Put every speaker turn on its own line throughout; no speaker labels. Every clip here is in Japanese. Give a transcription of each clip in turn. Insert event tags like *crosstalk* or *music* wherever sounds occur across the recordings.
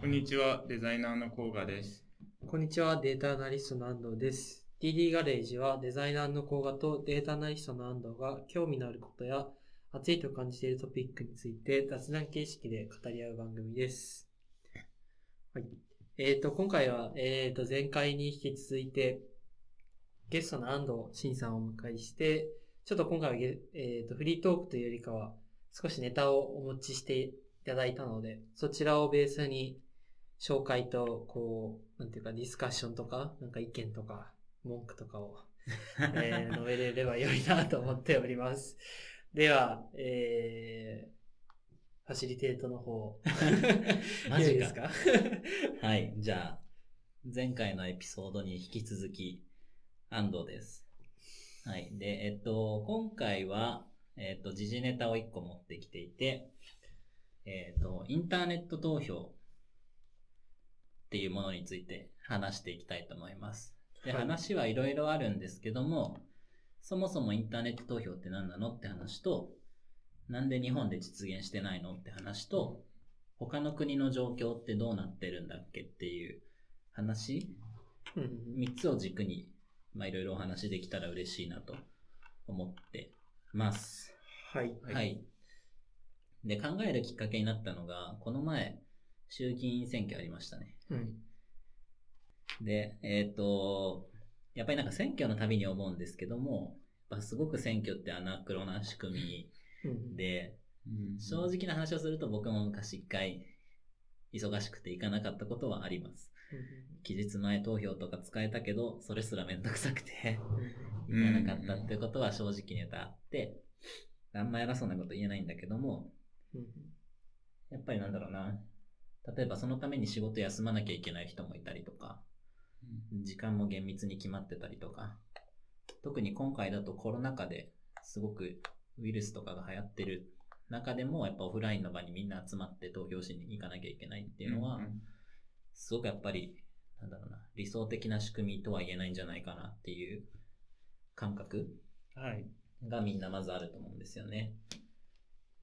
こんにちは、デザイナーの甲賀です。
こんにちは、データアナリストの安藤です。DD ガレージはデザイナーの甲賀とデータアナリストの安藤が興味のあることや熱いと感じているトピックについて雑談形式で語り合う番組です。はい。えっ、と、今回は、えっ、と、前回に引き続いてゲストの安藤慎さんをお迎えして、ちょっと今回はゲ、えー、とフリートークというよりかは少しネタをお持ちしていただいたので、そちらをベースに紹介と、こう、なんていうか、ディスカッションとか、なんか意見とか、文句とかを、え
*laughs*
ー述べれれば良いなと思っております。では、えー、ファシリテートの方、
マジ
よ
か
いですか *laughs*
はい。じゃあ、前回のエピソードに引き続き、安藤です。はい。で、えっと、今回は、えっと、時事ネタを1個持ってきていて、えっと、インターネット投票っていうものについて話していきたいと思います。で、
はい
話はいろいろあるんですけども、そもそもインターネット投票って何なのって話と、なんで日本で実現してないのって話と、他の国の状況ってどうなってるんだっけっていう話、
うん
3つを軸に、まあ、いろいろお話できたら嬉しいなと思ってます。
はい。
はい。で、考えるきっかけになったのが、この前、衆議院選挙ありましたね。
うん。
で、えっ、と、やっぱりなんか選挙のたびに思うんですけども、やっぱすごく選挙ってアナクロな仕組み
うん、
で、正直な話をすると僕も昔一回忙しくて行かなかったことはあります。期日前投票とか使えたけど、それすらめんどくさくて
うんうん
行かなかったってことは正直に言うとあって、あんま偉そうなこと言えないんだけども、
うん
やっぱりなんだろうな。例えばそのために仕事休まなきゃいけない人もいたりとか、時間も厳密に決まってたりとか、特に今回だとコロナ禍ですごくウイルスとかが流行ってる中でも、やっぱオフラインの場にみんな集まって投票しに行かなきゃいけないっていうのは、すごくやっぱり、なんだろうな、理想的な仕組みとは言えないんじゃないかなっていう感覚
はい。
がみんなまずあると思うんですよね。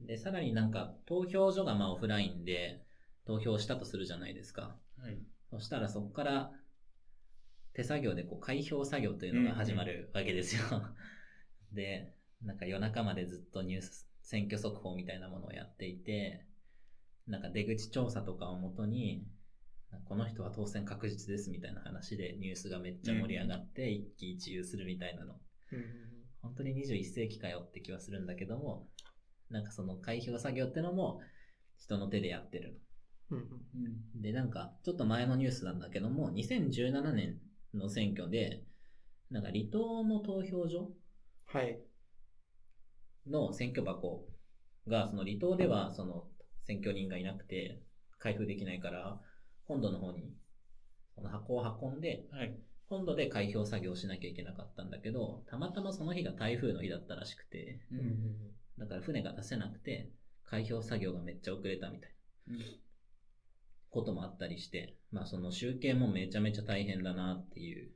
で、さらになんか投票所がまあオフラインで投票したとするじゃないですか。
はい。
そしたらそこから手作業でこう開票作業というのが始まるわけですよ。 *laughs* で、なんか夜中までずっとニュース、選挙速報みたいなものをやっていて、なんか出口調査とかをもとに、この人は当選確実ですみたいな話でニュースがめっちゃ盛り上がって一喜一憂するみたいなの。
うん
本当に21世紀かよって気はするんだけども、なんかその開票作業ってのも人の手でやってる
う
の。
んうん
で、なんか、ちょっと前のニュースなんだけども、2017年の選挙で、なんか離島の投票所
はい。
の選挙箱が、その離島では、その選挙人がいなくて、開封できないから、本土の方に、この箱を運んで、
はい。
本土で開票作業をしなきゃいけなかったんだけど、たまたまその日が台風の日だったらしくて、
う
うん
ん
だから船が出せなくて、開票作業がめっちゃ遅れたみたいな。こともあったりして、まあその集計もめちゃめちゃ大変だなっていう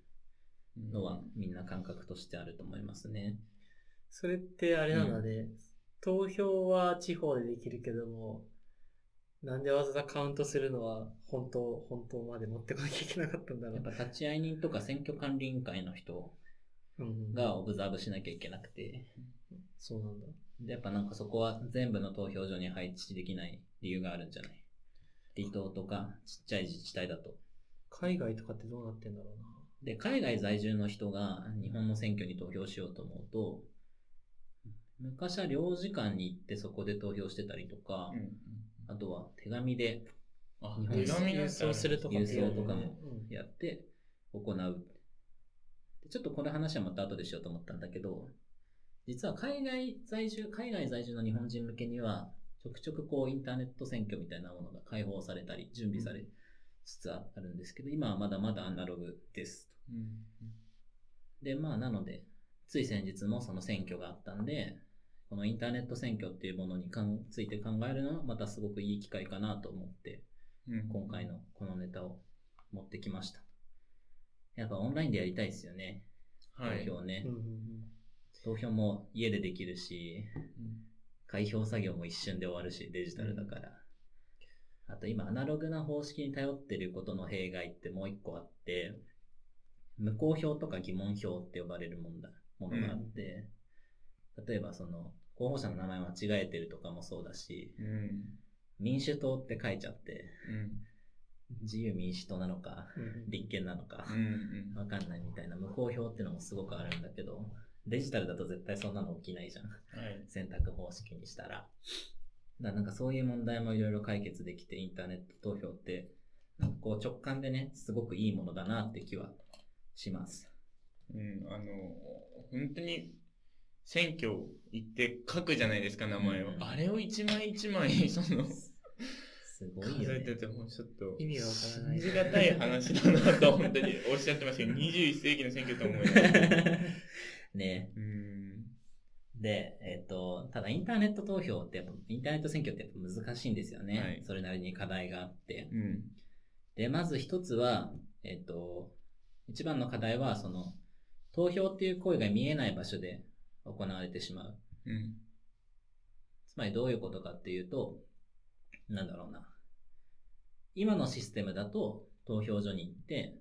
のはみんな感覚としてあると思いますね。
それってあれなんだね、投票は地方でできるけども、なんでわざわざカウントするのは本当、本当まで持ってこなきゃいけなかったんだろ
やっ
う
ぱ。立ち会い人とか選挙管理委員会の人
うん、
がオブザーブしなきゃいけなくて、
そうなんだ。
でやっぱなんかそこは全部の投票所に配置できない理由があるんじゃない離島とかちっちゃい自治体だと。
海外とかってどうなってんだろうな。
で、海外在住の人が日本の選挙に投票しようと思うと、昔は領事館に行ってそこで投票してたりとか、あとは手紙で
あ
日、本
手紙だったら
そうするとかっていう
郵送とかも
うん
やって行う。でちょっとこの話はまた後でしようと思ったんだけど、実は海外在住、海外在住の日本人向けには、ちょくちょくこうインターネット選挙みたいなものが開放されたり、準備されつつあるんですけど、今はまだまだアナログですと。
うん
で、まあなので、つい先日もその選挙があったんで、このインターネット選挙っていうものにかんついて考えるのはまたすごくいい機会かなと思って
うん
今回のこのネタを持ってきました。やっぱオンラインでやりたいですよね。
はい。
投票ね、
うんうんうん
投票も家でできるし、開票作業も一瞬で終わるし、デジタルだから。あと今、アナログな方式に頼ってることの弊害ってもう一個あって、無効票とか疑問票って呼ばれるもんだものがあって、例えばその、候補者の名前間違えてるとかもそうだし、
うん。
民主党って書いちゃって、
うん。
自由民主党なのか、立憲なのか、
うん。
わかんないみたいな無効票ってのもすごくあるんだけど、デジタルだと絶対そんなの起きないじゃん。
はい。
選択方式にしたら。だからなんかそういう問題もいろいろ解決できて、インターネット投票って、なんかこう直感でね、すごくいいものだなって気はします。
うん。あの、本当に、選挙行って書くじゃないですか、名前を
う。ん
あれを一枚一
*laughs*
枚、その、
すごい
数
よ
え
ね。
てて、もうちょっと。
意味がわからない。
信じがたい話だなと、本当におっしゃってます
*laughs*
けど、21世紀の選挙と思います。
ね
うん。
で、えっ、と、ただインターネット投票ってやっぱ、インターネット選挙ってやっぱ難しいんですよね。
はい
それなりに課題があって。
うん。
で、まず一つは、えっ、と、一番の課題は、その、投票っていう行為が見えない場所で行われてしまう。
うん。
つまりどういうことかっていうと、なんだろうな。今のシステムだと、投票所に行って、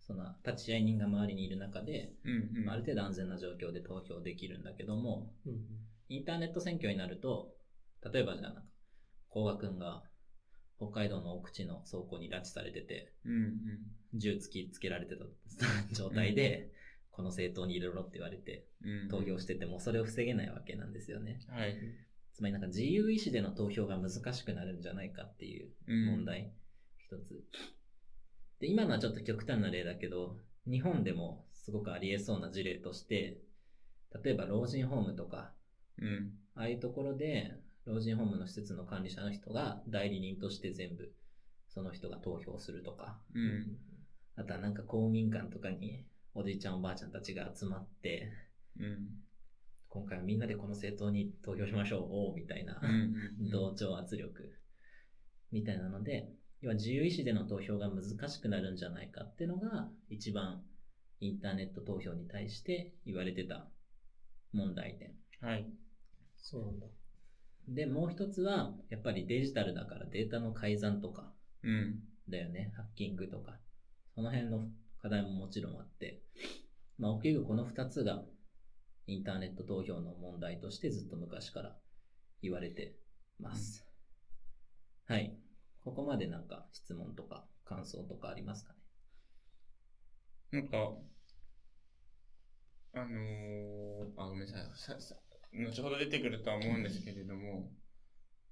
その、立ち会い人が周りにいる中で、
うん。うん
まあある程度安全な状況で投票できるんだけども、
うんうん
インターネット選挙になると、例えばじゃあなんか、甲賀くんが、北海道の奥地の倉庫に拉致されてて、
うん。
銃突きつけられてた *laughs* 状態で、この政党に入れろって言われて
うん。うん
投票しててもそれを防げないわけなんですよね。
はい。
つまりなんか自由意志での投票が難しくなるんじゃないかっていう
うん
問。題、一つ。で、今のはちょっと極端な例だけど、日本でもすごくありえそうな事例として、例えば老人ホームとか、
うん。
ああいうところで老人ホームの施設の管理者の人が代理人として全部その人が投票するとか、
うん。
あとはなんか公民館とかにおじいちゃんおばあちゃんたちが集まって、
うん。
今回はみんなでこの政党に投票しましょう、おーみたいな、
うん。
同調圧力みたいなので、要は自由意志での投票が難しくなるんじゃないかっていうのが、一番インターネット投票に対して言われてた問題点。
はい。
そうなんだ。
で、もう一つは、やっぱりデジタルだからデータの改ざんとか、
うん。
だよね。ハッキングとか。その辺の課題ももちろんあって。まあ、大きくこの2つが、インターネット投票の問題としてずっと昔から言われてます。はい。ここまでなんか質問とか感想とかありますか
な
ね
んか、あのー、あ、ごめんなさい。ささ後ほど出てくるとは思うんですけれども、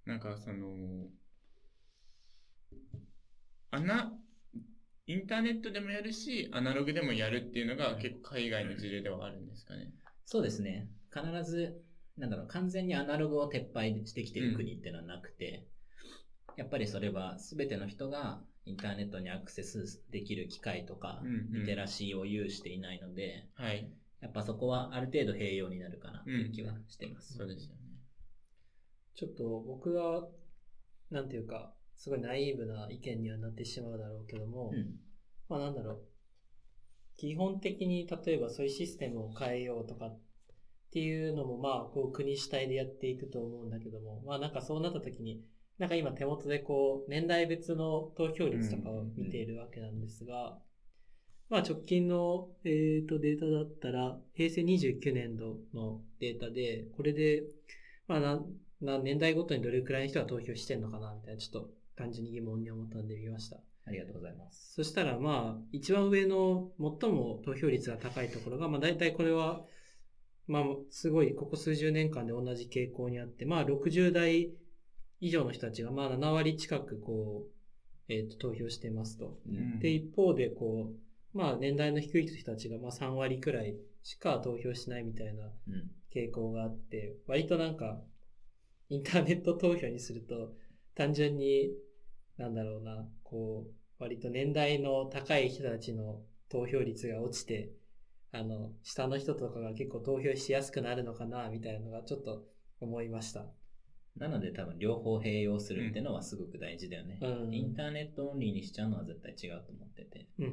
なんかその、アナ、インターネットでもやるし、アナログでもやるっていうのが結構海外の事例ではあるんですかね。
そうですね。必ず、なんだろう、完全にアナログを撤廃してきて
う
る
ん
国っていうのはなくて、やっぱりそれは全ての人がインターネットにアクセスできる機会とか、
うんうん
リテラシーを有していないので、
はい。
やっぱそこはある程度併用になるかなっていう気はしてます。
そうですよね。
ちょっと僕が、なんていうか、すごいナイーブな意見にはなってしまうだろうけども、
うん
まあなんだろう。基本的に例えばそういうシステムを変えようとかっていうのもまあこう国主体でやっていくと思うんだけども、まあなんかそうなった時に、なんか今手元でこう年代別の投票率とかを見ているわけなんですが、まあ直近の、えー、とデータだったら平成29年度のデータで、これでまあな何年代ごとにどれくらいの人が投票してんのかなみたいなちょっと単純に疑問に思ったんで見ました。
ありがとうございます。
そしたらまあ、一番上の最も投票率が高いところが、まあ大体これは、まあすごいここ数十年間で同じ傾向にあって、まあ60代以上の人たちがまあ7割近くこう、えっ、と投票してますと。
うん
で、一方でこう、まあ年代の低い人たちがまあ3割くらいしか投票しないみたいな
うん
傾向があって、割となんか、インターネット投票にすると、単純に、なんだろうな、こう、割と年代の高い人たちの投票率が落ちて、あの、下の人とかが結構投票しやすくなるのかな、みたいなのがちょっと思いました。
なので多分両方併用するっていうのはすごく大事だよね。
うん
インターネットオンリーにしちゃうのは絶対違うと思ってて。
うんうん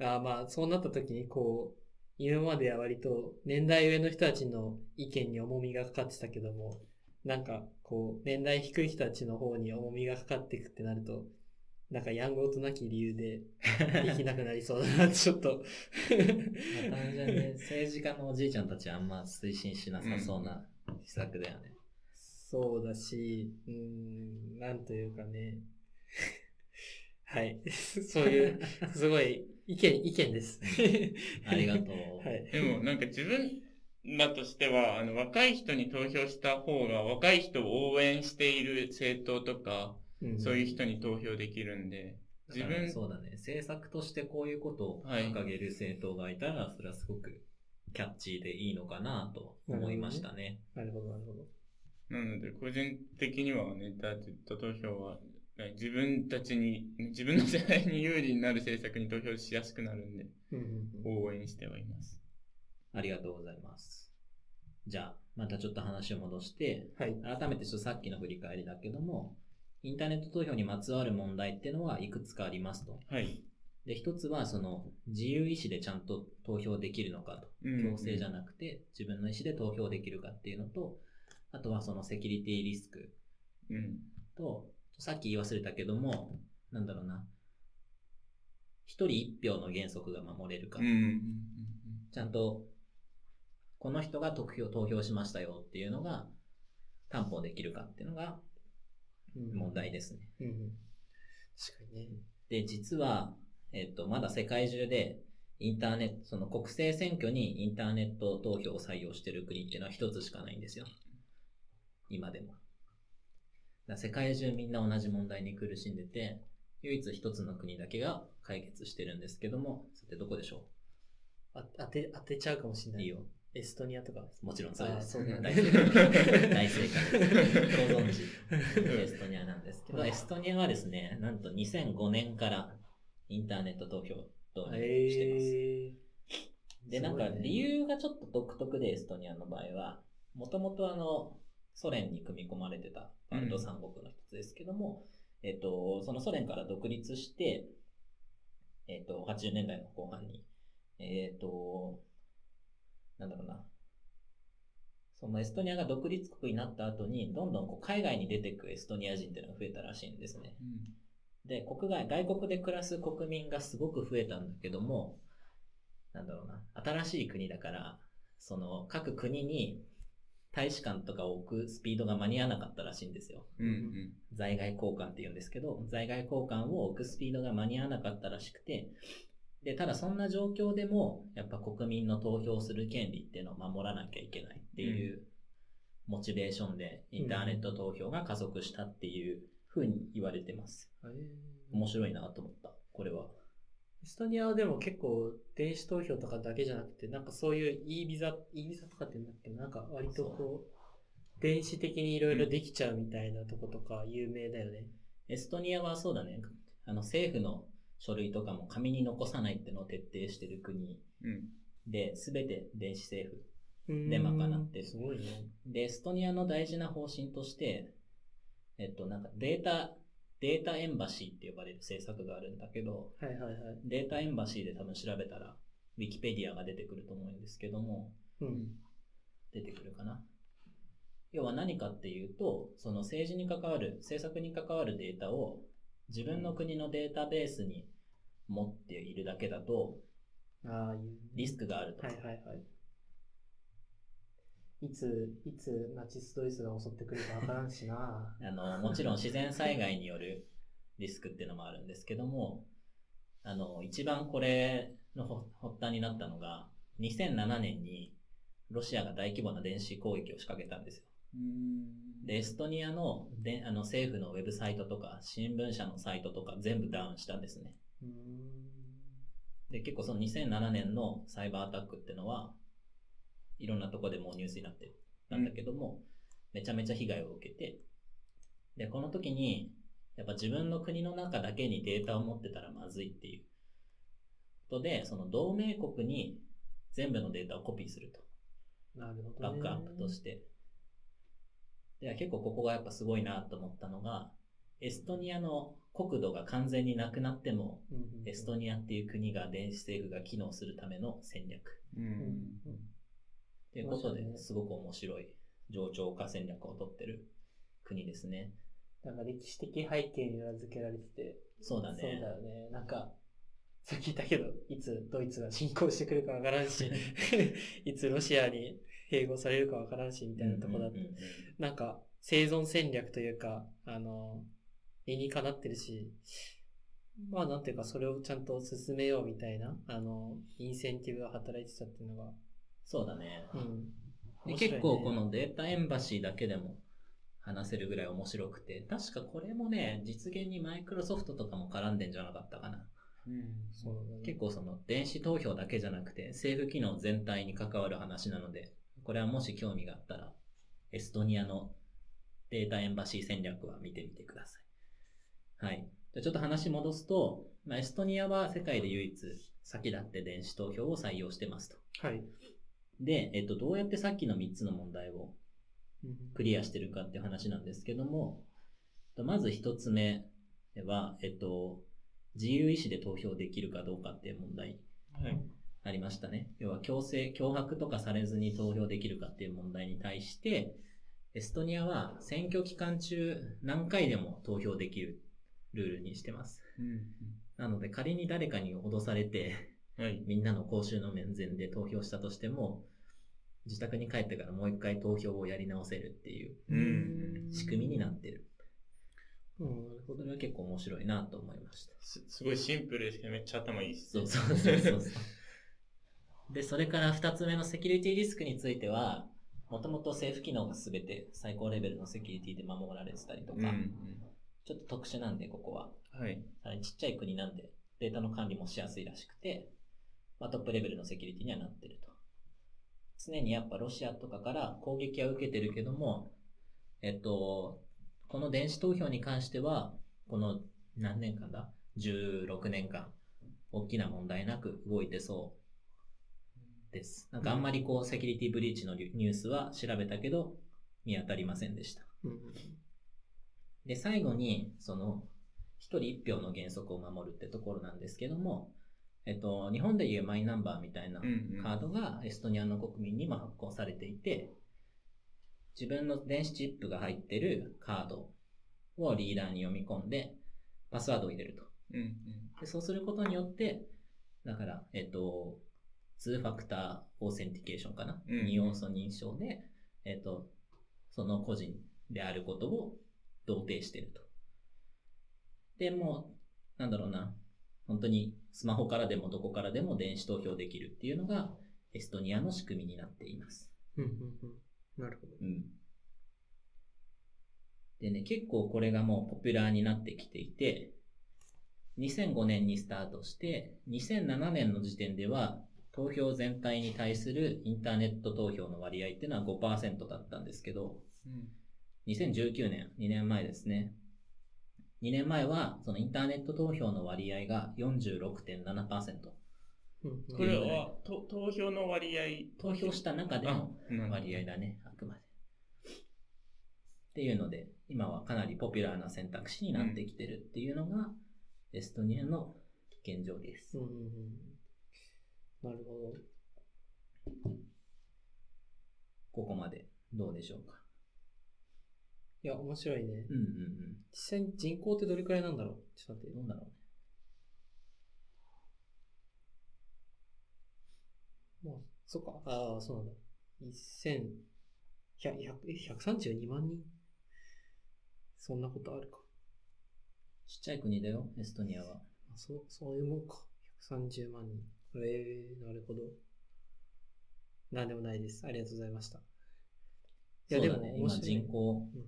うん。あーまあ、そうなった時に、こう、今までは割と年代上の人たちの意見に重みがかかってたけども、なんか、こう、年代低い人たちの方に重みがかかっていくってなると、なんかやんごとなき理由で生きなくなりそうだなってちょっと
まあ単純に政治家のおじいちゃんたちはあんま推進しなさそうな施策だよね。
そうだし、うーん、なんというかね。はい。そういう、すごい、意見、意見
*laughs*
です。
ありがとう。
はい。
でもなんか自分らとしては、あの、若い人に投票した方が、若い人を応援している政党とか、
うん
そういう人に投票できるんで、自
だか
分
ら、そうだね。政策としてこういうことを
はい
掲げる政党がいたら、それはすごくキャッチーでいいのかなと思いましたね。
なるほど、なるほど。
なので、個人的にはね、ダーツと投票は、自分たちに、自分の世代に有利になる政策に投票しやすくなるんで、
うんうんうん
応援してはいます。
ありがとうございます。じゃあ、またちょっと話を戻して、
はい。
改めてちょっとさっきの振り返りだけども、インターネット投票にまつわる問題っていうのはいくつかありますと。
はい。
で、一つは、その、自由意志でちゃんと投票できるのかと。強制じゃ
い。
なくて、自分の意思で投票できるかっていうのと、あとはそのセキュリティリスク
うん。
と、さっき言い忘れたけども、なんだろうな、一人一票の原則が守れるか、
うん。うん
ちゃんと、この人が得票投票しましたよっていうのが、担保できるかっていうのが問題ですね。
うんうん。確かにね。
で、実は、えっと、まだ世界中で、インターネット、その国政選挙にインターネット投票を採用してる国っていうのは一つしかないんですよ。今でも。だから世界中みんな同じ問題に苦しんでて、唯一一つの国だけが解決してるんですけども、さてどこでしょ
あ当て、当てちゃうかもしれ
う
ない
い
い。
よ。
エストニアとか。
もちろんそうです。
あーそうなんだ
*laughs* 大
*laughs*
正解。大正解です。ご存知。
うん
エストニアなんですけど、エストニアはですね、なんと2005年からインターネット投票導入してます。
えー
*laughs* で、なんか理、
す
由がちょっと独特で、エストニアの場合は、もともとあの、ソ連に組み込まれてたバルト三国の一つですけども、えっと、そのソ連から独立して、えっと、80年代の後半に、えっと、なんだろうな、そのエストニアが独立国になった後に、どんどんこう海外に出てくエストニア人っていうのが増えたらしいんですね。で、国外、外国で暮らす国民がすごく増えたんだけども、なんだろうな、新しい国だから、その、各国に大使館とかを置くスピードが間に合わなかったらしいんですよ。
うん。うん。
在外交換って言うんですけど、在外交換を置くスピードが間に合わなかったらしくて、で、ただそんな状況でも、やっぱ国民の投票する権利っていうのを守らなきゃいけないっていう、モチベーションで、インターネット投票が加速したっていうふうに言われてます。
ごいねえー
面白いなと思った、これは。
エストニアはでも結構、電子投票とかだけじゃなくて、なんかそういう E ビザ、E ビザとかって言うんだっけど、なんか割とこう、電子的にいろいろできちゃうみたいなとことか有名だよね。
エストニアはそうだね、あの政府の書類とかも紙に残さないってのを徹底してる国
うん。
で、すべて電子政府。
で
で賄ってる
すごいね。
で、エストニアの大事な方針として、えっと、なんかデータ、データエンバシーって呼ばれる政策があるんだけど、
はいはいはい。
データエンバシーで多分調べたら、ウィキペディアが出てくると思うんですけども、
うん。
出てくるかな。要は何かっていうと、その政治に関わる、政策に関わるデータを自分の国のデータベースに持っているだけだと
ああいうね、
リスクがあると。。
はいはいはい。いつ、いつナチスドイツが襲ってくるかわからんしな
*laughs* あの、もちろん自然災害によるリスクっていうのもあるんですけども、あの、一番これのほ発端になったのが、2007年にロシアが大規模な電子攻撃を仕掛けたんですよ。
うん。
で、エストニアのであの政府のウェブサイトとか、新聞社のサイトとか全部ダウンしたんですね。
うーん。
で、結構その2007年のサイバーアタックってのは、いろんなとこでもうニュースになってたんだけども、めちゃめちゃ被害を受けて、で、この時に、やっぱ自分の国の中だけにデータを持ってたらまずいっていうことで、その同盟国に全部のデータをコピーすると。
なるほど、
バ
ね。
ックアップとして。で、結構ここがやっぱすごいなと思ったのが、エストニアの国土が完全になくなっても、
うんうんうん。
エストニアっていう国が電子政府が機能するための戦略。
う
うん
ん。
ということ
面白い
で、
ね
すごく面白い上長化戦略をとってる国ですね。
なんか歴史的背景に裏付けられてて、
そうだね。
そうだよね。なんか、さっき言ったけど、いつドイツが侵攻してくるかわからん
*laughs*
し、いつロシアに併合されるかわからんし、みたいなとこだっ
うん
た
うんうんうん
なんか、生存戦略というか、あの、理にかなってるし、まあなんていうか、それをちゃんと進めようみたいな、あの、インセンティブが働いてたっていうのが、
そうだね。
うん。
で
面白いね
結構こ、のデータエンバシーだけでも話せるぐらい面白くて、確かこれもね、実現にマイクロソフトとかも絡んでんじゃなかったかな。
うん
そうだね
結構その電子投票だけじゃなくて政府機能全体に関わる話なので、これはもし興味があったら、エストニアのデータエンバシー戦略は見てみてください。はい。じゃあちょっと話戻すと、まあ、エストニアは世界で唯一先立って電子投票を採用してますと。
はい。
で、えっと、どうやってさっきの3つの問題をクリアしてるかっていう話なんですけども、とまず一つ目は、えっと、自由意志で投票できるかどうかっていう問題
はい。
ありましたね。要は強制、脅迫とかされずに投票できるかっていう問題に対して、エストニアは選挙期間中何回でも投票できるルールにしてます。
うん
なので仮に誰かに脅されて、
はい。
みんなの公衆の面前で投票したとしても、自宅に帰ってからもう一回投票をやり直せるっていう
うん
仕組みになってる。
うん、なるほ
そ
ど
れは結構面白いなと思いました。
すすごいシンプルですけど、めっちゃ頭いいっす
そ
ね。
う *laughs* そうそうそうそう。で、それから2つ目のセキュリティリスクについては、もともと政府機能が全て最高レベルのセキュリティで守られてたりとか、
うん
ちょっと特殊なんで、ここは。
うん。はい。
さらにちっちゃい国なんで、データの管理もしやすいらしくて、まあ、トップレベルのセキュリティにはなってると。常にやっぱロシアとかから攻撃は受けてるけども、えっと、この電子投票に関しては、この何年間だ ?16 年間、大きな問題なく動いてそうです。なんかあんまりこう、セキュリティブリーチのニュニュースは調べたけど、見当たりませんでした。
うん
で、最後に、その、一人一票の原則を守るってところなんですけども、えっと、日本でいうマイナンバーみたいな
うんうん
カードがエストニアの国民にも発行されていて、自分の電子チップが入ってるカードをリーダーに読み込んで、パスワードを入れると。
うんうん。
でそうすることによって、だから、えっと、2ファクターオーセンティケーションかな、
うん
二要素認証で、えっと、その個人であることを同定してると。で、もう、なんだろうな、本当にスマホからでもどこからでも電子投票できるっていうのが、エストニアの仕組みになっています。
うんうんうんなるほど。
うん。でね、結構これがもうポピュラーになってきていて、2005年にスタートして、2007年の時点では、投票全体に対するインターネット投票の割合っていうのは5%だったんですけど、
うん
2019年、2年前ですね。2年前は、そのインターネット投票の割合が46.7%。
うん
これは、と投票の割合。
投票した中で
あ
も、
な
割合だね、あくまで。っていうので、今はかなりポピュラーな選択肢になってきてるっていうのが、エストニアの現状です
うん。うんうんなるほど。
ここまでどうでしょうか。
いや、面白いね
う。んうん
実際に人口ってどれくらいなんだろうちょっと待っ
うん。
て
ど。うだろうね。
まあ、そっか。ああ、そうなんだ。1000、100 100え132万人そんなことあるか。
ちっちゃい国だよ、エストニアは。
あそう、そういうもんか。130万人。ええなるほど。なんでもないです。ありがとうございました。い
そ
や
う
でも
だね、
面
今
白い
人口
うん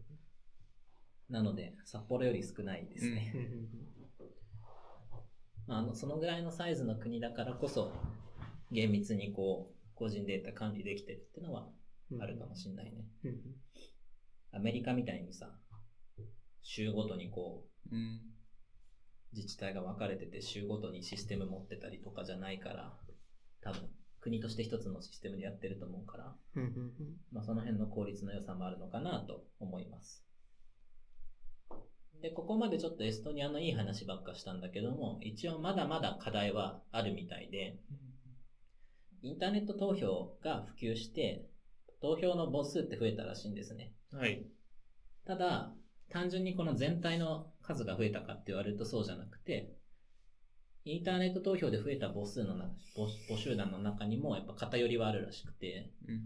なので、札幌より少ないですね。
うんうんうん
まああのそのぐらいのサイズの国だからこそ、厳密にこう、個人データ管理できてるっていうのはあるかもしれないね。
うんうん
アメリカみたいにさ、州ごとにこう、
うん。
自治体が分かれてて、州ごとにシステム持ってたりとかじゃないから、多分、国として一つのシステムでやってると思うから、
うんうんうん
まあ、その辺の効率の良さもあるのかなと思います。で、ここまでちょっとエストニアのいい話ばっかしたんだけども、一応まだまだ課題はあるみたいで、インターネット投票が普及して、投票の母数って増えたらしいんですね。
はい。
ただ、単純にこの全体の数が増えたかって言われるとそうじゃなくて、インターネット投票で増えた母数の中、母母集団の中にもやっぱ偏りはあるらしくて、
うん。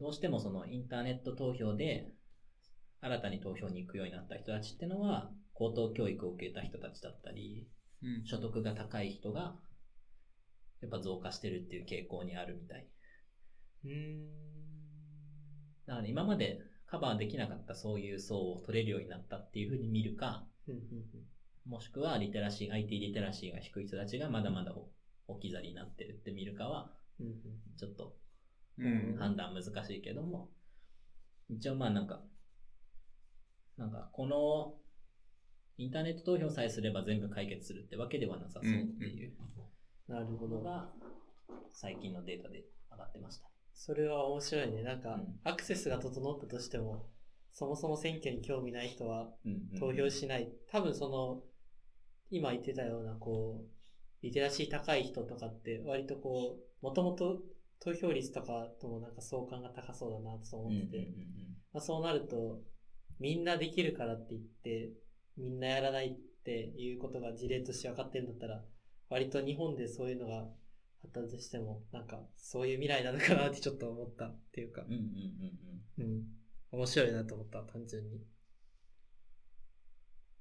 どうしてもそのインターネット投票で新たに投票に行くようになった人たちってのは、高等教育を受けた人たちだったり、
うん。
所得が高い人が、やっぱ増加してるっていう傾向にあるみたい。
うーん。
だから今までカバーできなかったそういう層を取れるようになったっていうふうに見るか、
うんうん
もしくはリテラシー、IT リテラシーが低い人たちがまだまだ置き去りになってるって見るかは、
うん。うんうん
ちょっと
うん。
判断難しいけども、一応まあなんか、なんかこのインターネット投票さえすれば全部解決するってわけではなさそうっていう
なるほ
の
ど。
が最近のデータで上がってました。
それは面白いね。なんか
うん、
アクセスが整ったとしても、そもそも選挙に興味ない人は
うんうん
投票しない。多分その、今言ってたような、こう、リテラシー高い人とかって、割とこう、もともと投票率とかともなんか相関が高そうだなと
う
思
んうん
ってて、まあ、そうなると、みんなできるからって言って、みんなやらないっていうことが事例として分かってるんだったら、割と日本でそういうのがあったとしても、なんかそういう未来なのかなってちょっと思ったっていうか
うんうん、うんうんうんうん。
うん。面白いなと思った、単純に。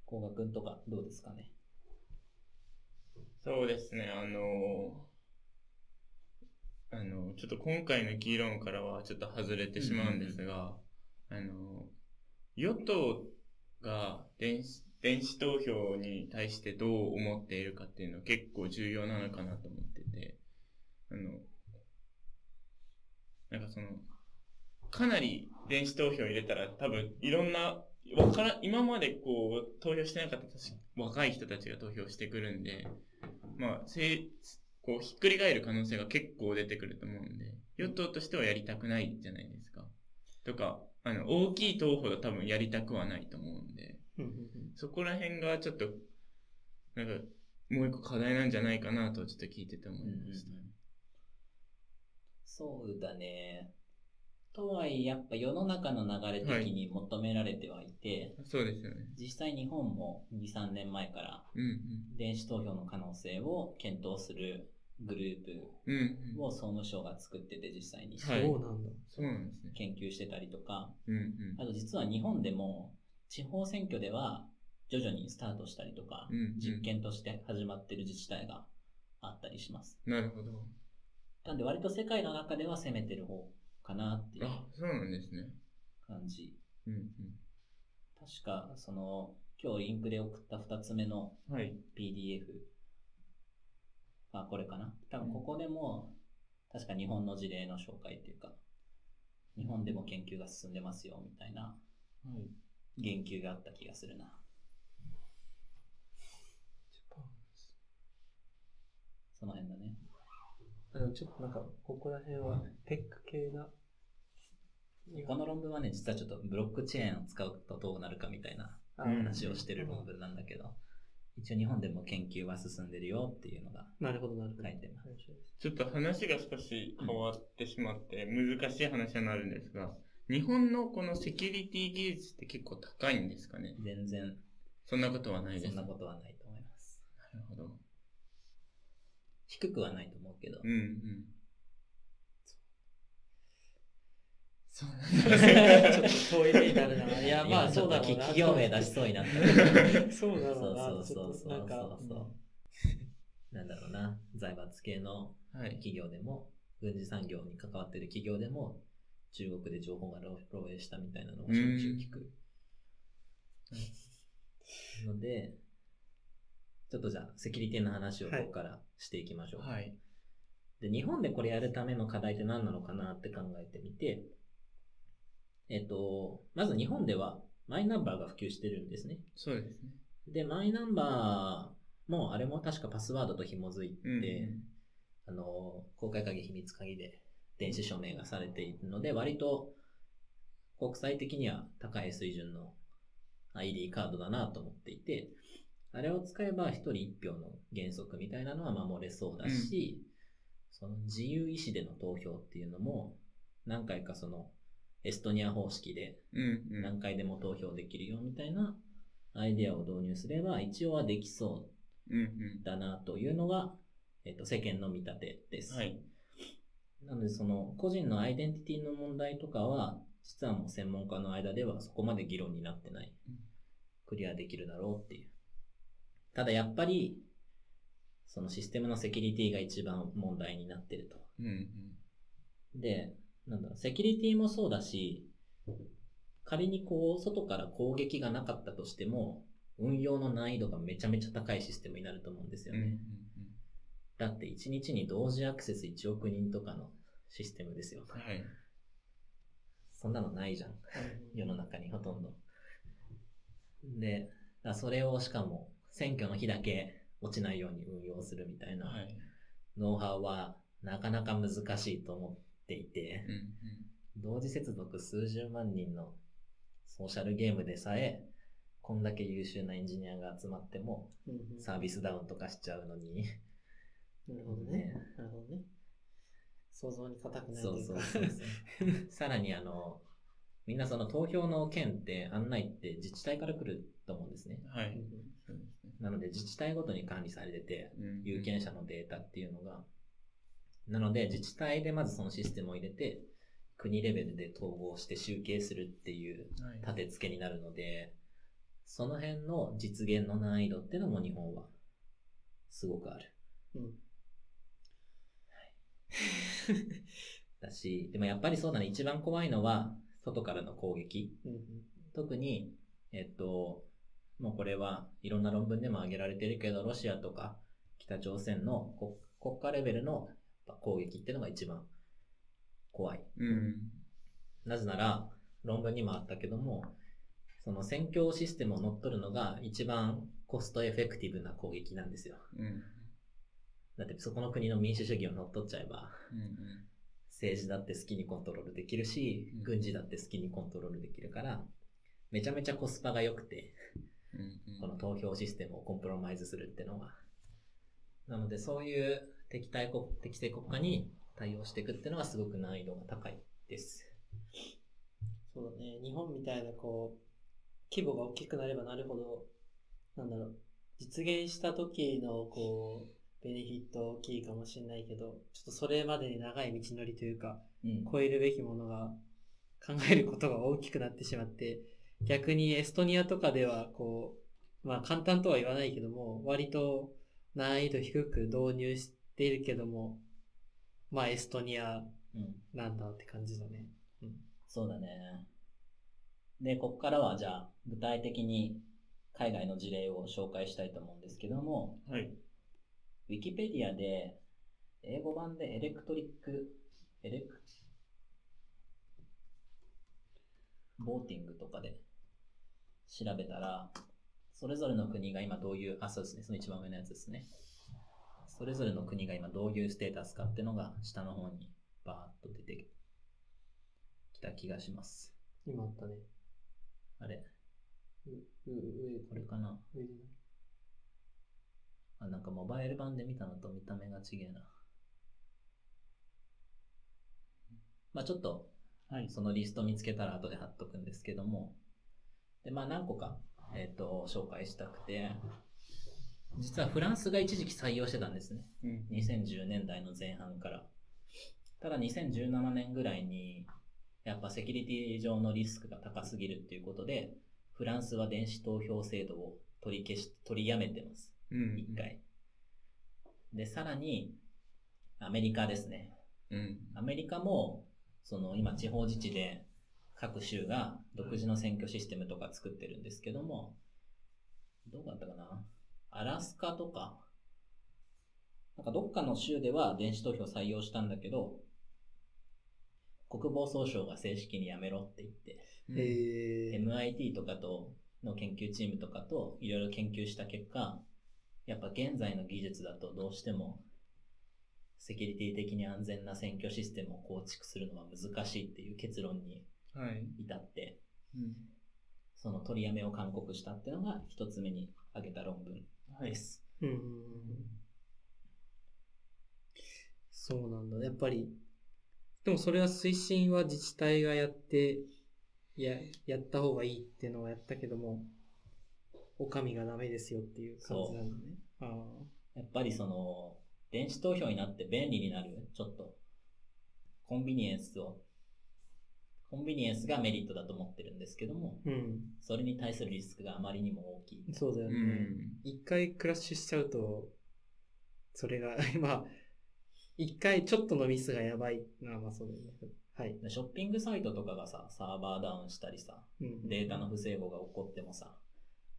高賀くんとかどうですかね。
そうですね、あのあの、ちょっと今回の議論からはちょっと外れてしまうんですが、あの、与党が電子、電子投票に対してどう思っているかっていうのは結構重要なのかなと思ってて、あの、なんかその、かなり電子投票入れたら多分いろんな、わから、今までこう、投票してなかった若い人たちが投票してくるんで、まあ、せいこうひっくり返る可能性が結構出てくると思うんで、与党としてはやりたくないじゃないですか。とか、あの、大きい党ほど多分やりたくはないと思うんで、
うんうん
そこら辺がちょっと、なんか、もう一個課題なんじゃないかなとちょっと聞いてて思いました。
そうだね。とはいえ、やっぱ世の中の流れ的に求められてはいて、
そうですよね。
実際日本も2、3年前から
うん
電子投票の可能性を検討するグループ
うん。うん、うん。
を総務省が作ってて実際に
はい
そうなんだ。
そうなんですね。
研究してたりとか、
うん
あと実は日本でも地方選挙では徐々にスタートしたりとか
うん。う、ん、うん。
実。験として始まってる自治体があったりします。
なるほど。
なんで割と世界の中では攻めてる方かなっていう
あ、そうなんですね。
感じ。
うん
確か、その、今日リンクで送った2つ目の
うん。はい。
PDF。まあ、これかな。多分ここでも、確か日本の事例の紹介っていうか、日本でも研究が進んでますよ、みたいな
はい。
言及があった気がするな。その辺だね。
あのちょっとなんか、ここら辺は、テック系な。
この論文はね、実はちょっとブロックチェーンを使うとどうなるかみたいな
あ
うん
話をしてる論文なんだけど、一応日本でも研究は進んでるよっていうのが
なるほど、なるほど。
書いてます。
面白いです *laughs*
ちょっと話が少し変わってしまって難しい話になるんですが、日本のこのセキュリティ技術って結構高いんですかね
全然
そんなことはないで
そん
す。
な
なる
ことはないと思います。
ほど。
低くはないと思うけど
うん、うん。そうなんだ。
ちょっと遠い例になるな。いや、まあ、
今ち
そ
ょ
う
っ
だ
と
ろうな。
企業名出しそうになっ
*laughs*
たけど。
そうだ
そ
ろう
う
な。
そうそう
ち
そ
ょ
う
っとなんか、
そう。なんだろうな。財閥系の
はい。
企業でも、軍事産業に関わってる企業でも、中国で情報が漏漏洩したみたいなのをしょっちゅう聞く。ので、ちょっとじゃあ、セキュリティの話をここからしていきましょう。
はい。
で、日本でこれやるための課題って何なのかなって考えてみて、えっと、まず日本ではマイナンバーが普及してるんですね。
そうですね。
で、マイナンバーも、あれも確かパスワードと紐づいて、
うん。
あの、公開鍵、秘密鍵で電子署名がされているので、割と国際的には高い水準の ID カードだなと思っていて、あれを使えば一人一票の原則みたいなのは守れそうだし、その自由意志での投票っていうのも、何回かそのエストニア方式で
うんうん。
何回でも投票できるよみたいなアイデアを導入すれば一応はできそ
うん
うだなというのが、えっと、世間の見立てです。
うん。はい。
なのでその個人のアイデンティティの問題とかは実はもう専門家の間ではそこまで議論になってない
うん。
クリアできるだろうっていう。ただやっぱりそのシステムのセキュリティが一番問題になってると。
うんうん。
で、なんだろう、セキュリティもそうだし、仮にこう、外から攻撃がなかったとしても、運用の難易度がめちゃめちゃ高いシステムになると思うんですよ
うんう
ね。
ん
だって1日に同時アクセス1億人とかのシステムですよ。
うん。はい。
そんなのないじゃん。世の中にほとんど。で、だそれをしかも選挙の日だけ落ちないように運用するみたいな、
はい。
ノウハウはなかなか難しいと思っていて、
うんうん。
同時接続数十万人のソーシャルゲームでさえ、こんだけ優秀なエンジニアが集まっても
うんうん
サービスダウンとかしちゃうのに。
なるほどね。なるほどね。想像に固くない
そ
と
う
いう
そう
か。
そうそう。 *laughs* さらにあの、みんなその投票の件って案内って自治体から来ると思うんですね。
は
うん
い。
うん
そうですね
なので自治体ごとに管理されてて、
うんうん
有権者のデータっていうのが。なので自治体でまずそのシステムを入れて、国レベルで統合して集計するっていう
はい。
立て付けになるので、その辺の実現の難易度っていうのも日本はすごくある。
うん
だし、でもやっぱりそうだね、一番怖いのは外からの攻撃。
うん
特に、えっと、もうこれはいろんな論文でも挙げられてるけど、ロシアとか北朝鮮の国国家レベルのやっぱ攻撃っていうのが一番怖い。
うん。
なぜなら、論文にもあったけども、その選挙システムを乗っ取るのが一番コストエフェクティブな攻撃なんですよ。
うん。うん
だってそこの国の民主主義を乗っ取っちゃえば、
うん。
政治だって好きにコントロールできるし
うん、
軍事だって好きにコントロールできるから、めちゃめちゃコスパが良くて、
うん
この投票システムをコンプロマイズするってのは。なのでそういう敵対国、敵性国家に対応していくってのはすごく難易度が高いです。
そうだね。日本みたいな、こう、規模が大きくなればなるほど、なんだろう、実現した時の、こう、ベネフィット大きいかもしれないけど、ちょっとそれまでに長い道のりというか、
うん
超えるべきものが考えることが大きくなってしまって逆にエストニアとかではこうまあ簡単とは言わないけども割と難易度低く導入しているけどもまあエストニア
うん
なんだって感じだね
そうだね。で、ここからはじゃあ、具体的に海外の事例を紹介したいと思うんですけども、
はい。
ウィキペディアで、英語版でエレクトリック、エレク、ボーティングとかで調べたら、それぞれの国が今どういう、あ、そうですね、その一番上のやつですね。それぞれの国が今どういうステータスかってのが下の方にバーッと出てきた気がします。
今あったね
あれ
うう上
これかな
上じゃない
あ、なんかモバイル版で見たのと見た目が違えな。まあちょっと、
はい
そのリスト見つけたら後で貼っとくんですけども、で、まあ何個か、えっ、と、紹介したくて、実はフランスが一時期採用してたんですね。
うん
2010年代の前半から。ただ2017年ぐらいに、やっぱセキュリティ上のリスクが高すぎるっていうことで、フランスは電子投票制度を取り消し、取りやめてます。
うん。
一。回。で、さらに、アメリカですね。
うん。
アメリカも、その今地方自治で各州が独自の選挙システムとか作ってるんですけども、どうだったかなアラスカとか、なんかどっかの州では電子投票採用したんだけど、国防総省が正式にやめろって言って、
え
MIT とかとの研究チームとかといろいろ研究した結果、やっぱ現在の技術だとどうしてもセキュリティ的に安全な選挙システムを構築するのは難しいっていう結論に
はい。
至って、
うん。
その取りやめを勧告したっていうのが一つ目に挙げた論文
はい
で。す。
うんうんうんそうなんだやっぱりでもそれは推進は自治体がやって、いや、やった方がいいっていうのはやったけども、お上がダメですよっていう感じなんだね。あ
やっぱりその、電子投票になって便利になる、ちょっと、コンビニエンスを、コンビニエンスがメリットだと思ってるんですけども、
あ。うん。
それに対するリスクがあまりにも大きい。
そうだよ
う
ね。
ん。
一回クラッシュしちゃうと、それが、 *laughs* 今、一回ちょっとのミスがやばい。まあまあそうだよね。はい。
ショッピングサイトとかがさ、サーバーダウンしたりさ、
うん
データの不整合が起こってもさ、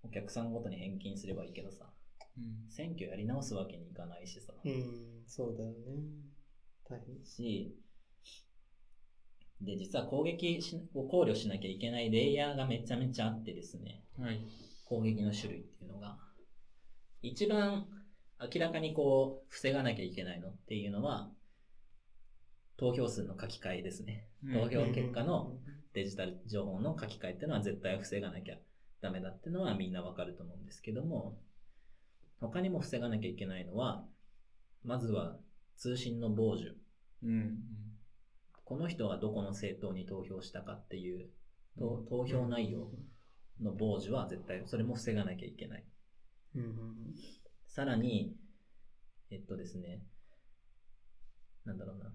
お客さんごとに返金すればいいけどさ、
うん
選挙やり直すわけにいかないしさ、
うん、そうだよね。大変です。
し、で、実は攻撃しを考慮しなきゃいけないレイヤーがめちゃめちゃあってですね、
はい。
攻撃の種類っていうのが、一番明らかにこう、防がなきゃいけないのっていうのは、投票数の書き換えですね。
うん
投票結果のデジタル情報の書き換えっていうのは絶対防がなきゃダメだっていうのはみんなわかると思うんですけども、他にも防がなきゃいけないのは、まずは通信の傍受。
うん。
この人はどこの政党に投票したかっていう、と投票内容の傍受は絶対、それも防がなきゃいけない。
うん。うん。
さらに、えっとですね、なんだろうな。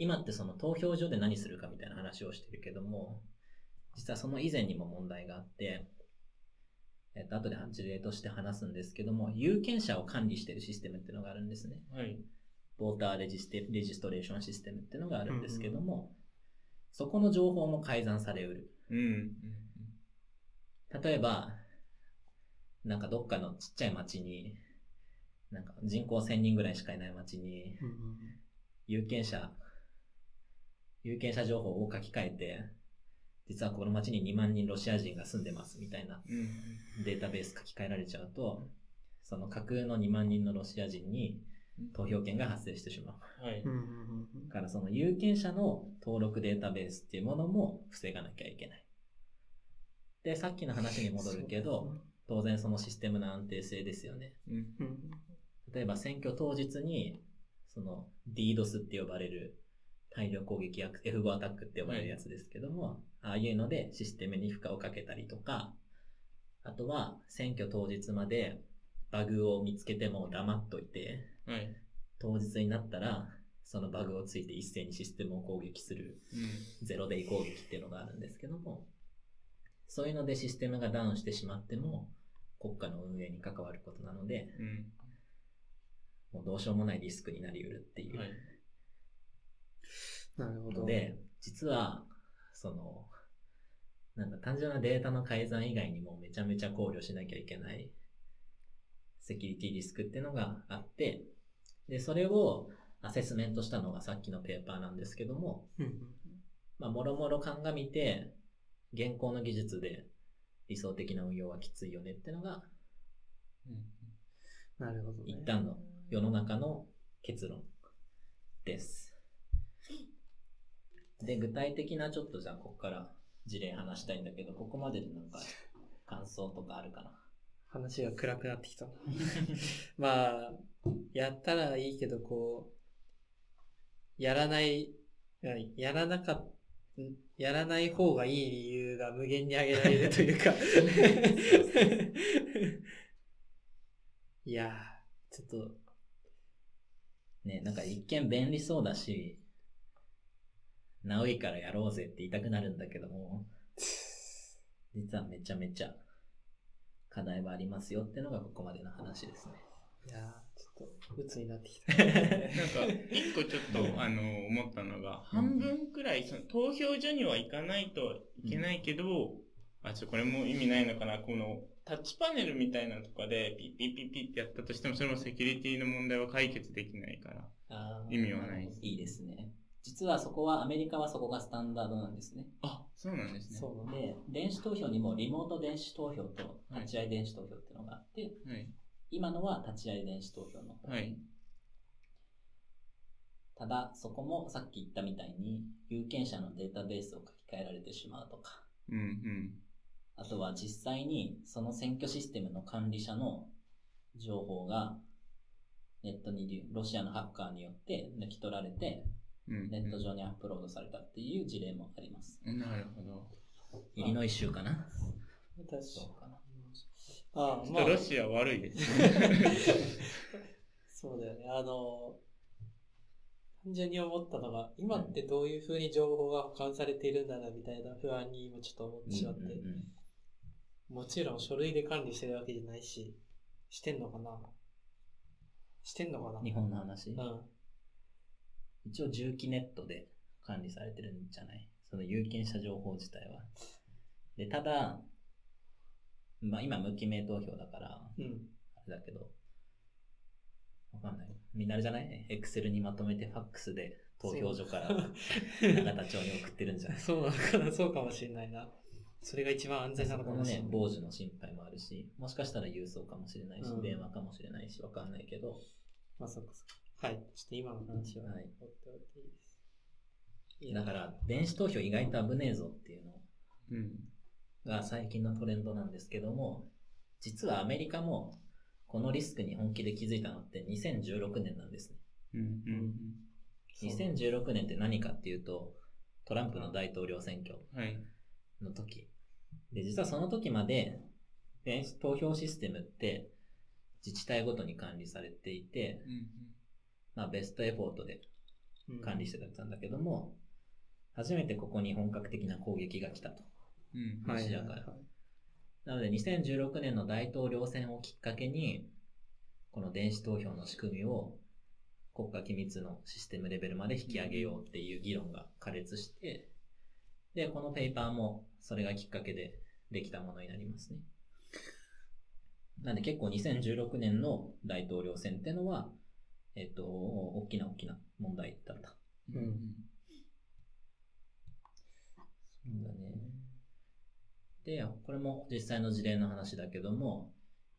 今ってその投票所で何するかみたいな話をしてるけども、実はその以前にも問題があって、えっと、後で事例として話すんですけども、有権者を管理してるシステムっていうのがあるんですね。
はい。
ボーターレジステレジストレーションシステムっていうのがあるんですけども、そこの情報も改ざんされうる。
うん。
例えば、なんかどっかのちっちゃい町に、なんか人口1000人ぐらいしかいない町に、有権者、有権者情報を書き換えて、実はこの町に2万人ロシア人が住んでますみたいな
うん。
データベース書き換えられちゃうと、その架空の2万人のロシア人に
うん。
投票権が発生してしまう。
はい。
うん。うん。
だからその有権者の登録データベースっていうものも防がなきゃいけない。で、さっきの話に戻るけど、当然そのシステムの安定性ですよね。
うん。
そうですね、
例えば選挙当日に、その DDoS って呼ばれる大量攻撃アク F5 アタックって呼ばれるやつですけども、ああいうのでシステムに負荷をかけたりとか、あとは選挙当日までバグを見つけても黙っといて、
はい。
当日になったらそのバグをついて一斉にシステムを攻撃するゼロデイ攻撃っていうのがあるんですけども、そういうのでシステムがダウンしてしまっても、国家の運営に関わることなので、
うん。
もうどうしようもないリスクになりうるってい
うん。は
う
い。
うん。なるほ
の
ど。
で、、実は、その、なんか単純なデータの改ざん以外にもめちゃめちゃ考慮しなきゃいけないセキュリティリスクっていうのがあって、で、それをアセスメントしたのがさっきのペーパーなんですけども、
うんうん。
まあ、もろもろ鑑みて、現行の技術で理想的な運用はきついよねってのが、
なるほど、ね。
一旦の世の中の結論です。で、具体的なちょっとじゃあ、ここから事例話したいんだけど、ここまででなんか感想とかあるかな。
話が暗くなってきたな。まあ、やったらいいけど、こう、やらない、はいやらなかっやらない方がいい理由が無限に挙げられるというか。いやー、ちょっと、
ね、なんか一見便利そうだし、ナウイからやろうぜって言いたくなるんだけど *laughs* も、実はめちゃめちゃ課題はありますよってのがここまでの話ですね。
いやー、ちょっと、鬱になってきた。
なんか、一個ちょっと、あの、思ったのが、半分くらい、その、投票所には行かないといけないけど、あ、ちょ、これも意味ないのかな、この、タッチパネルみたいなのとかで、ピッピッピッピッってやったとしても、それもセキュリティの問題は解決できないから。意味はない
いいですね。実はそこは、アメリカはそこがスタンダードなんですね。
あ、そうなんですね。
そうで、電子投票にもリモート電子投票と立ち会い電子投票っていうのがあって、
はい。
今のは立ち会い電子投票の方
はい。
ただ、そこもさっき言ったみたいに、有権者のデータベースを書き換えられてしまうとか、
うん、うん。
あとは実際にその選挙システムの管理者の情報がネットに流、ロシアのハッカーによって抜き取られて、
うん
ネット上にアップロードされたっていう事例もあります。
なるほど。
イリノイ州かな
確か
そうかな。
あ
ち
あ、
ょっ
まあ
と、ロシア悪いですね。
そうだよね。あの、単純に思ったのが、今ってどういうふうに情報が保管されているんだな、みたいな不安に今ちょっと思ってしまって。
うんうんうん
もちろん書類で管理してるわけじゃないし、してんのかなしてんのかな
日本の話、
うん。
一応重機ネットで管理されてるんじゃないその有権者情報自体は。で、ただ、まあ今無記名投票だから、
うん。
あれだけど、わかんない。みんなあれじゃないエクセルにまとめてファックスで投票所から永田町に送ってるんじゃ
*laughs*
ない
そうなのかなそうかもしれないな。それが一番安全なのか
こ
も
の
しれ
ね
な、い。
傍受の心配もあるし、もしかしたら郵送かもしれないし、
うん
電話かもしれないし、わかんないけど、
まあそっかそっか。はい。ちょっと今の話は
はい
放っておいていいです。いや
だから、電子投票意外と危ねえぞっていうの
うん。
が最近のトレンドなんですけども、実はアメリカもこのリスクに本気で気づいたのって2016年なんですね。
うん。うん。
2016年って何かっていうと、トランプの大統領選挙
うんはい。
の時。で、実はその時まで、電子投票システムって自治体ごとに管理されていて、
う
まあベストエフォートで
うん
管理してたんだけども、初めてここに本格的な攻撃が来たと。
ん。うん。
ロシアから。なので2016年の大統領選をきっかけに、この電子投票の仕組みを国家機密のシステムレベルまで引き上げようっていう議論が過熱して、で、このペーパーもそれがきっかけでできたものになりますね。なんで結構2016年の大統領選ってのは、えっと、大きな大きな問題だった。
うん。
そうだね。で、これも実際の事例の話だけども、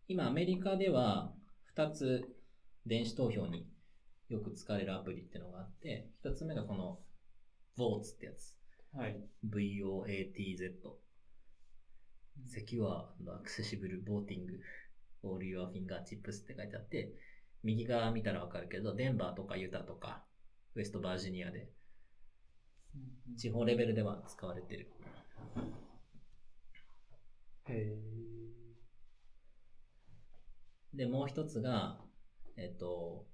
今アメリカでは2つ電子投票によく使われるアプリってのがあって、1つ目がこの VOTS ってやつ。
はい。
VOATZ。Secure and Accessible Voting All Your Fingertips って書いてあって、右側見たらわかるけど、デンバーとかユタとか、ウェストバージニアで地方レベルでは使われてる。
へえ。
で、もう一つが、えっと、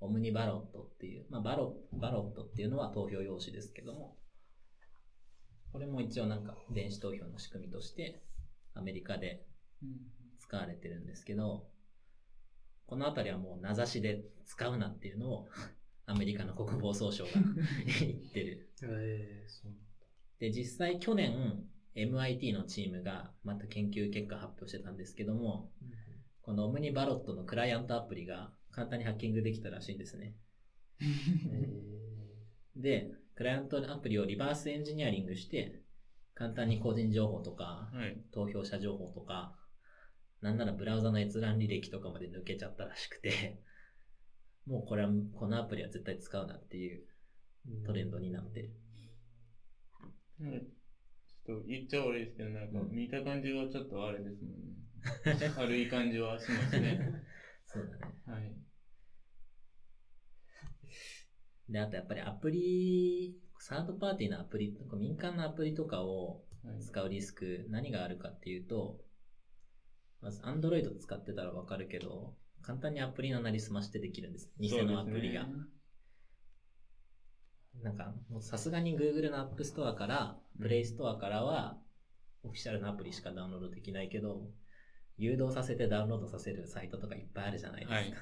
オムニバロットっていう、まあ、バロ、バロットっていうのは投票用紙ですけども、これも一応なんか電子投票の仕組みとしてアメリカで使われてるんですけど、このあたりはもう名指しで使うなっていうのを *laughs* アメリカの国防総省が *laughs* 言ってる。
ええ、そう。
で、実際去年 MIT のチームがまた研究結果発表してたんですけども、このオムニバロットのクライアントアプリが簡単にハッキングできたらしいんですね。
へえ。
で、クライアントアプリをリバースエンジニアリングして、簡単に個人情報とか、
はい。
投票者情報とか、なんならブラウザの閲覧履歴とかまで抜けちゃったらしくて、 *laughs* もうこれは、このアプリは絶対使うなっていうトレンドになってる。
なんかちょっと言っちゃ悪いですけど、なんか
うん
見た感じはちょっとあれですもん *laughs* ね。軽い感じはしますね。
*laughs* そうだね。
はい。
で、あとやっぱりアプリ、サードパーティーのアプリ、民間のアプリとかを
はい。
使うリスク、何があるかっていうと、まず Android 使ってたらわかるけど、簡単にアプリのなりすましてできるんです。偽のアプリが。
そうですね
なんか、もうさすがに Google の App Store から、
うん
Play Store からは、オフィシャルのアプリしかダウンロードできないけど、誘導させてダウンロードさせるサイトとかいっぱいあるじゃないですか。
はい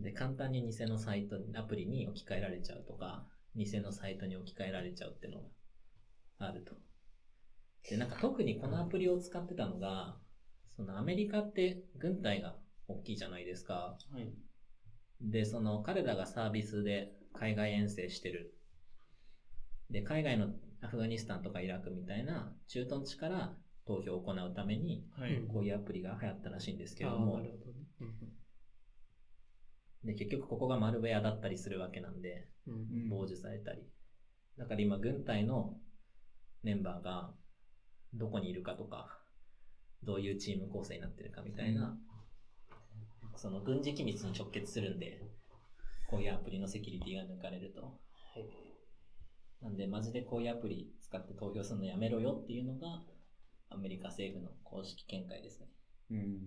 で、簡単に偽のサイト、アプリに置き換えられちゃうとか、偽のサイトに置き換えられちゃうってのがあると。で、なんか特にこのアプリを使ってたのが、そのアメリカって軍隊が大きいじゃないですか。
はい。
で、その彼らがサービスで海外遠征してる。で、海外のアフガニスタンとかイラクみたいな駐屯地から投票を行うために、
はい。
うん
こういうアプリが流行ったらしいんですけれ
あ
ど
あ、
も
なる、ほどね。
で、結局ここがマルウェアだったりするわけなんで、
うんう。
うんん
傍受されたり。だから今、軍隊のメンバーがどこにいるかとか、どういうチーム構成になってるかみたいな、その軍事機密に直結するんで、こういうアプリのセキュリティが抜かれると。
い。
なんで、マジでこういうアプリ使って投票するのやめろよっていうのが、アメリカ政府の公式見解ですね。
うん。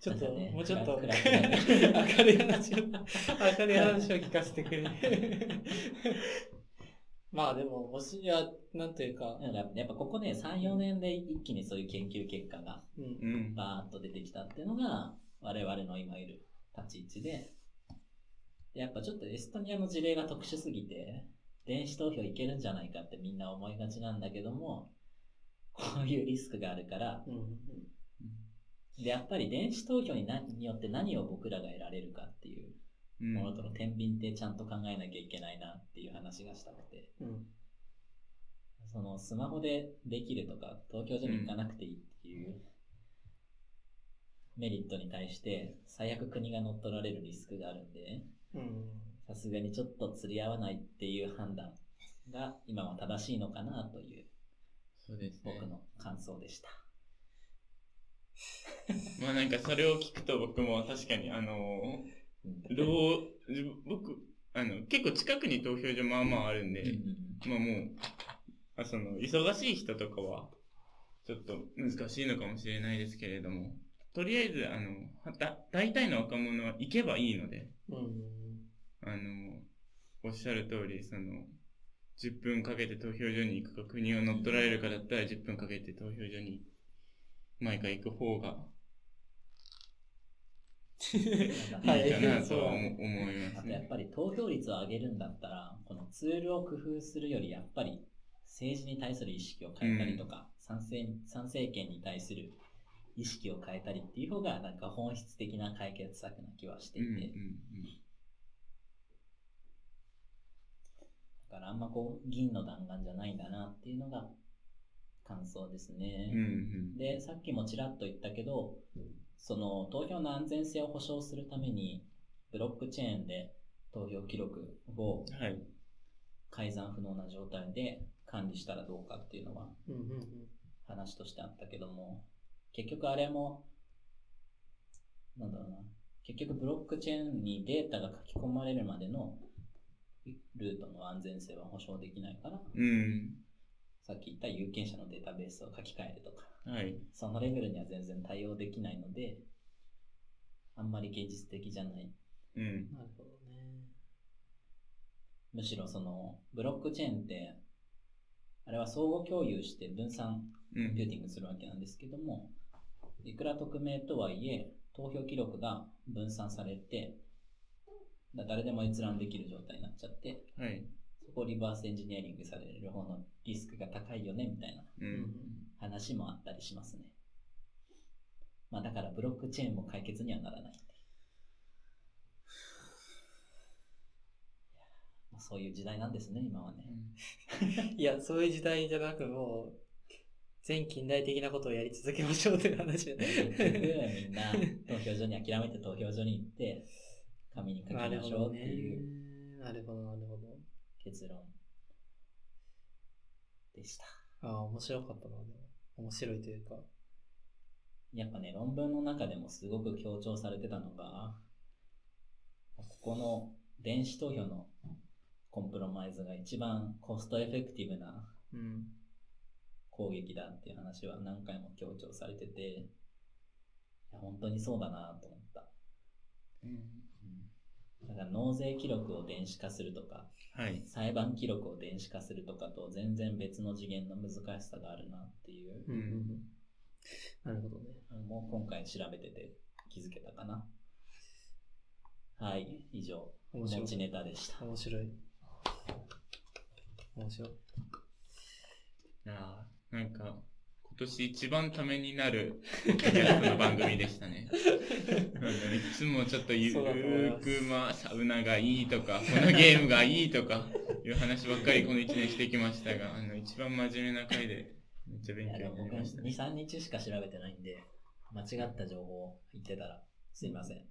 ちょっと、
なんかね
もうちょっと
暗くなる
明るい話を、明るい話を聞かせてくれ。まあでも、もし、いや、なんというか、
だからやっぱここね、3、4年で一気にそういう研究結果が
う。
うんん。
バーッと出てきたっていうのが、我々の今いる立ち位置で、でやっぱちょっとエストニアの事例が特殊すぎて、電子投票いけるんじゃないかってみんな思いがちなんだけども、こういうリスクがあるから、
うん。
で、やっぱり電子投票になによって何を僕らが得られるかっていう
うん
ものとの天秤ってちゃんと考えなきゃいけないなっていう話がしたくて、
うん。
そのスマホでできるとか、投票所に行かなくていいっていうメリットに対して、最悪国が乗っ取られるリスクがあるんで、
うん。
さすがにちょっと釣り合わないっていう判断が今は正しいのかなという
そうですね
僕。の感想でした。
まあなんかそれを聞くと僕も確かにあの
うん
ー、どう、じ僕、あの、結構近くに投票所まあまああるんで、
うん
まあもう、あその、忙しい人とかは、ちょっと難しいのかもしれないですけれども、とりあえず、あの、はた、大体の若者は行けばいいので、
うん。
あの、おっしゃる通り、その、10分かけて投票所に行くか、国を乗っ取られるかだったら10分かけて投票所に毎回行く方が
なんか
はい
いかなとは
そう
思思いま
あ
す
とやっ
ね。
ぱり投票率を上げるんだったら、このツールを工夫するより、やっぱり政治に対する意識を変えたりとか、参政参政権に対する意識を変えたりっていう方が、なんか本質的な解決策な気はして
うん
い
うん
て、だからあんまこう、銀の弾丸じゃないんだなっていうのが感想ですね。
うんうん
で、さっきもちらっと言ったけど、その投票の安全性を保障するために、ブロックチェーンで投票記録
う
を
んはい。
改ざん不能な状態で管理したらどうかっていうのは
うん。
話としてあったけども、結局あれも、なんだろうな、結局ブロックチェーンにデータが書き込まれるまでのルートの安全性は保証できないから、
うん。
さっき言った有権者のデータベースを書き換えるとか、
はい。
そのレベルには全然対応できないので、あんまり現実的じゃない。
うん。
なるほどね。
むしろその、ブロックチェーンって、あれは相互共有して分散
う
コンピュー
ん。
ティングするわけなんですけども、いくら匿名とはいえ、投票記録が分散されて、だ誰でも閲覧できる状態になっちゃって、
はい。
そこをリバースエンジニアリングされる方のリスクが高いよね、みたいな
う。
うん
話もあったりしますね。まあだからブロックチェーンも解決にはならない。いやまあそういう時代なんですね、今はね。
いや、そういう時代じゃなく、もう、全近代的なことをやり続けましょうという話
結局みんな投票所に諦めて投票所に行って紙に書き
なる
ま
ほ
しょ
ど
うって
ね
いう。
なるほど、なるほど。
結論でした。
ああ、面白かったな、でも。面白いというか。
やっぱね、論文の中でもすごく強調されてたのが、ここの電子投票のコンプロマイズが一番コストエフェクティブな
うん。
攻撃だっていう話は何回も強調されてて、いや本当にそうだなと思った。だから納税記録を電子化するとか、
はい。
裁判記録を電子化するとかと全然別の次元の難しさがあるなっていう
うんうんうん。なるほどね。
のも今回調べてて気づけたかな。はい、以上、
面白
持
い。
ちネタでした。
面白い。面白い。
いやーなんか、今年一番ためになる、ポッドキャストの番組でしたね。
*laughs*
なんかいつもちょっとゆ
そうだと思いま
ー
す
くま、サウナがいいとか、このゲームがいいとか、いう話ばっかりこの一年してきましたが、あの、一番真面目な回で、めっちゃ
い
勉
やで
強
も
にな
僕
りました
2、
ね。
3日しか調べてないんで、間違った情報を言ってたらすいません。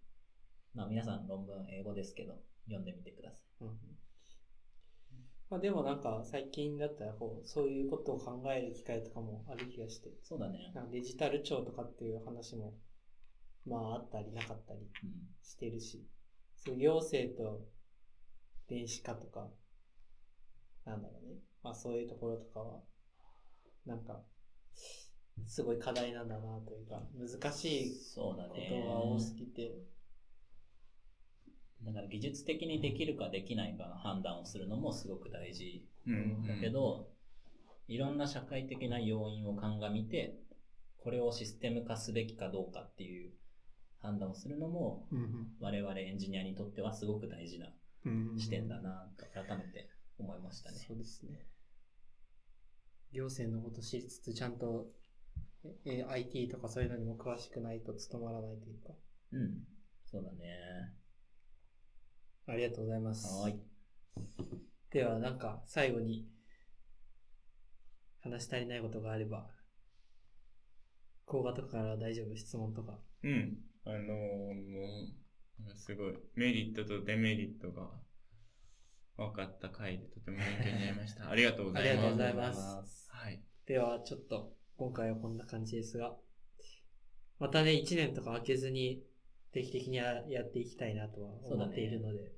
まあ皆さん論文英語ですけど、読んでみてください。
うんまあでもなんか最近だったらこう、そういうことを考える機会とかもある気がして、
そうだね。
なんかデジタル庁とかっていう話もまああったりなかったり
うん
してるし、そう行政と電子化とか、なんだろうね。まあそういうところとかは、なんか、すごい課題なんだなというか、難しい
そうだ
こ
ね。
とが多すぎて、
だから技術的にできるかできないかの判断をするのもすごく大事
うん
だけ、ど、いろんな社会的な要因を鑑みて、これをシステム化すべきかどうかっていう判断をするのも、我々エンジニアにとってはすごく大事な視点だなと改めて思いましたね。
そうですね。行政のこと知りつつ、ちゃんと、え、IT とかそういうのにも詳しくないと務まらないというか。
うん。そうだね。
ありがとうございます。
はーい。
では、なんか、最後に、話し足りないことがあれば、講話とかから大丈夫、質問とか。
うん。あのーもう、なんかすごい、メリットとデメリットが分かった回でとても勉強になりました。ありがとうございます。
ありがとうございます
す。
はい。
では、ちょっと、今回はこんな感じですが、またね、1年とか空けずに、定期的にややっていきたいなとは
そうだ
思
ね
っているので、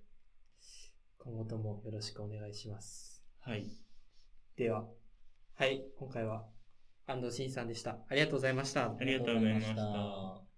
今後ともよろしくお願いします。
はい。
では、はい、今回は、安藤慎さんでした。ありがとうございました。
ありがとうございました
ありがとうございました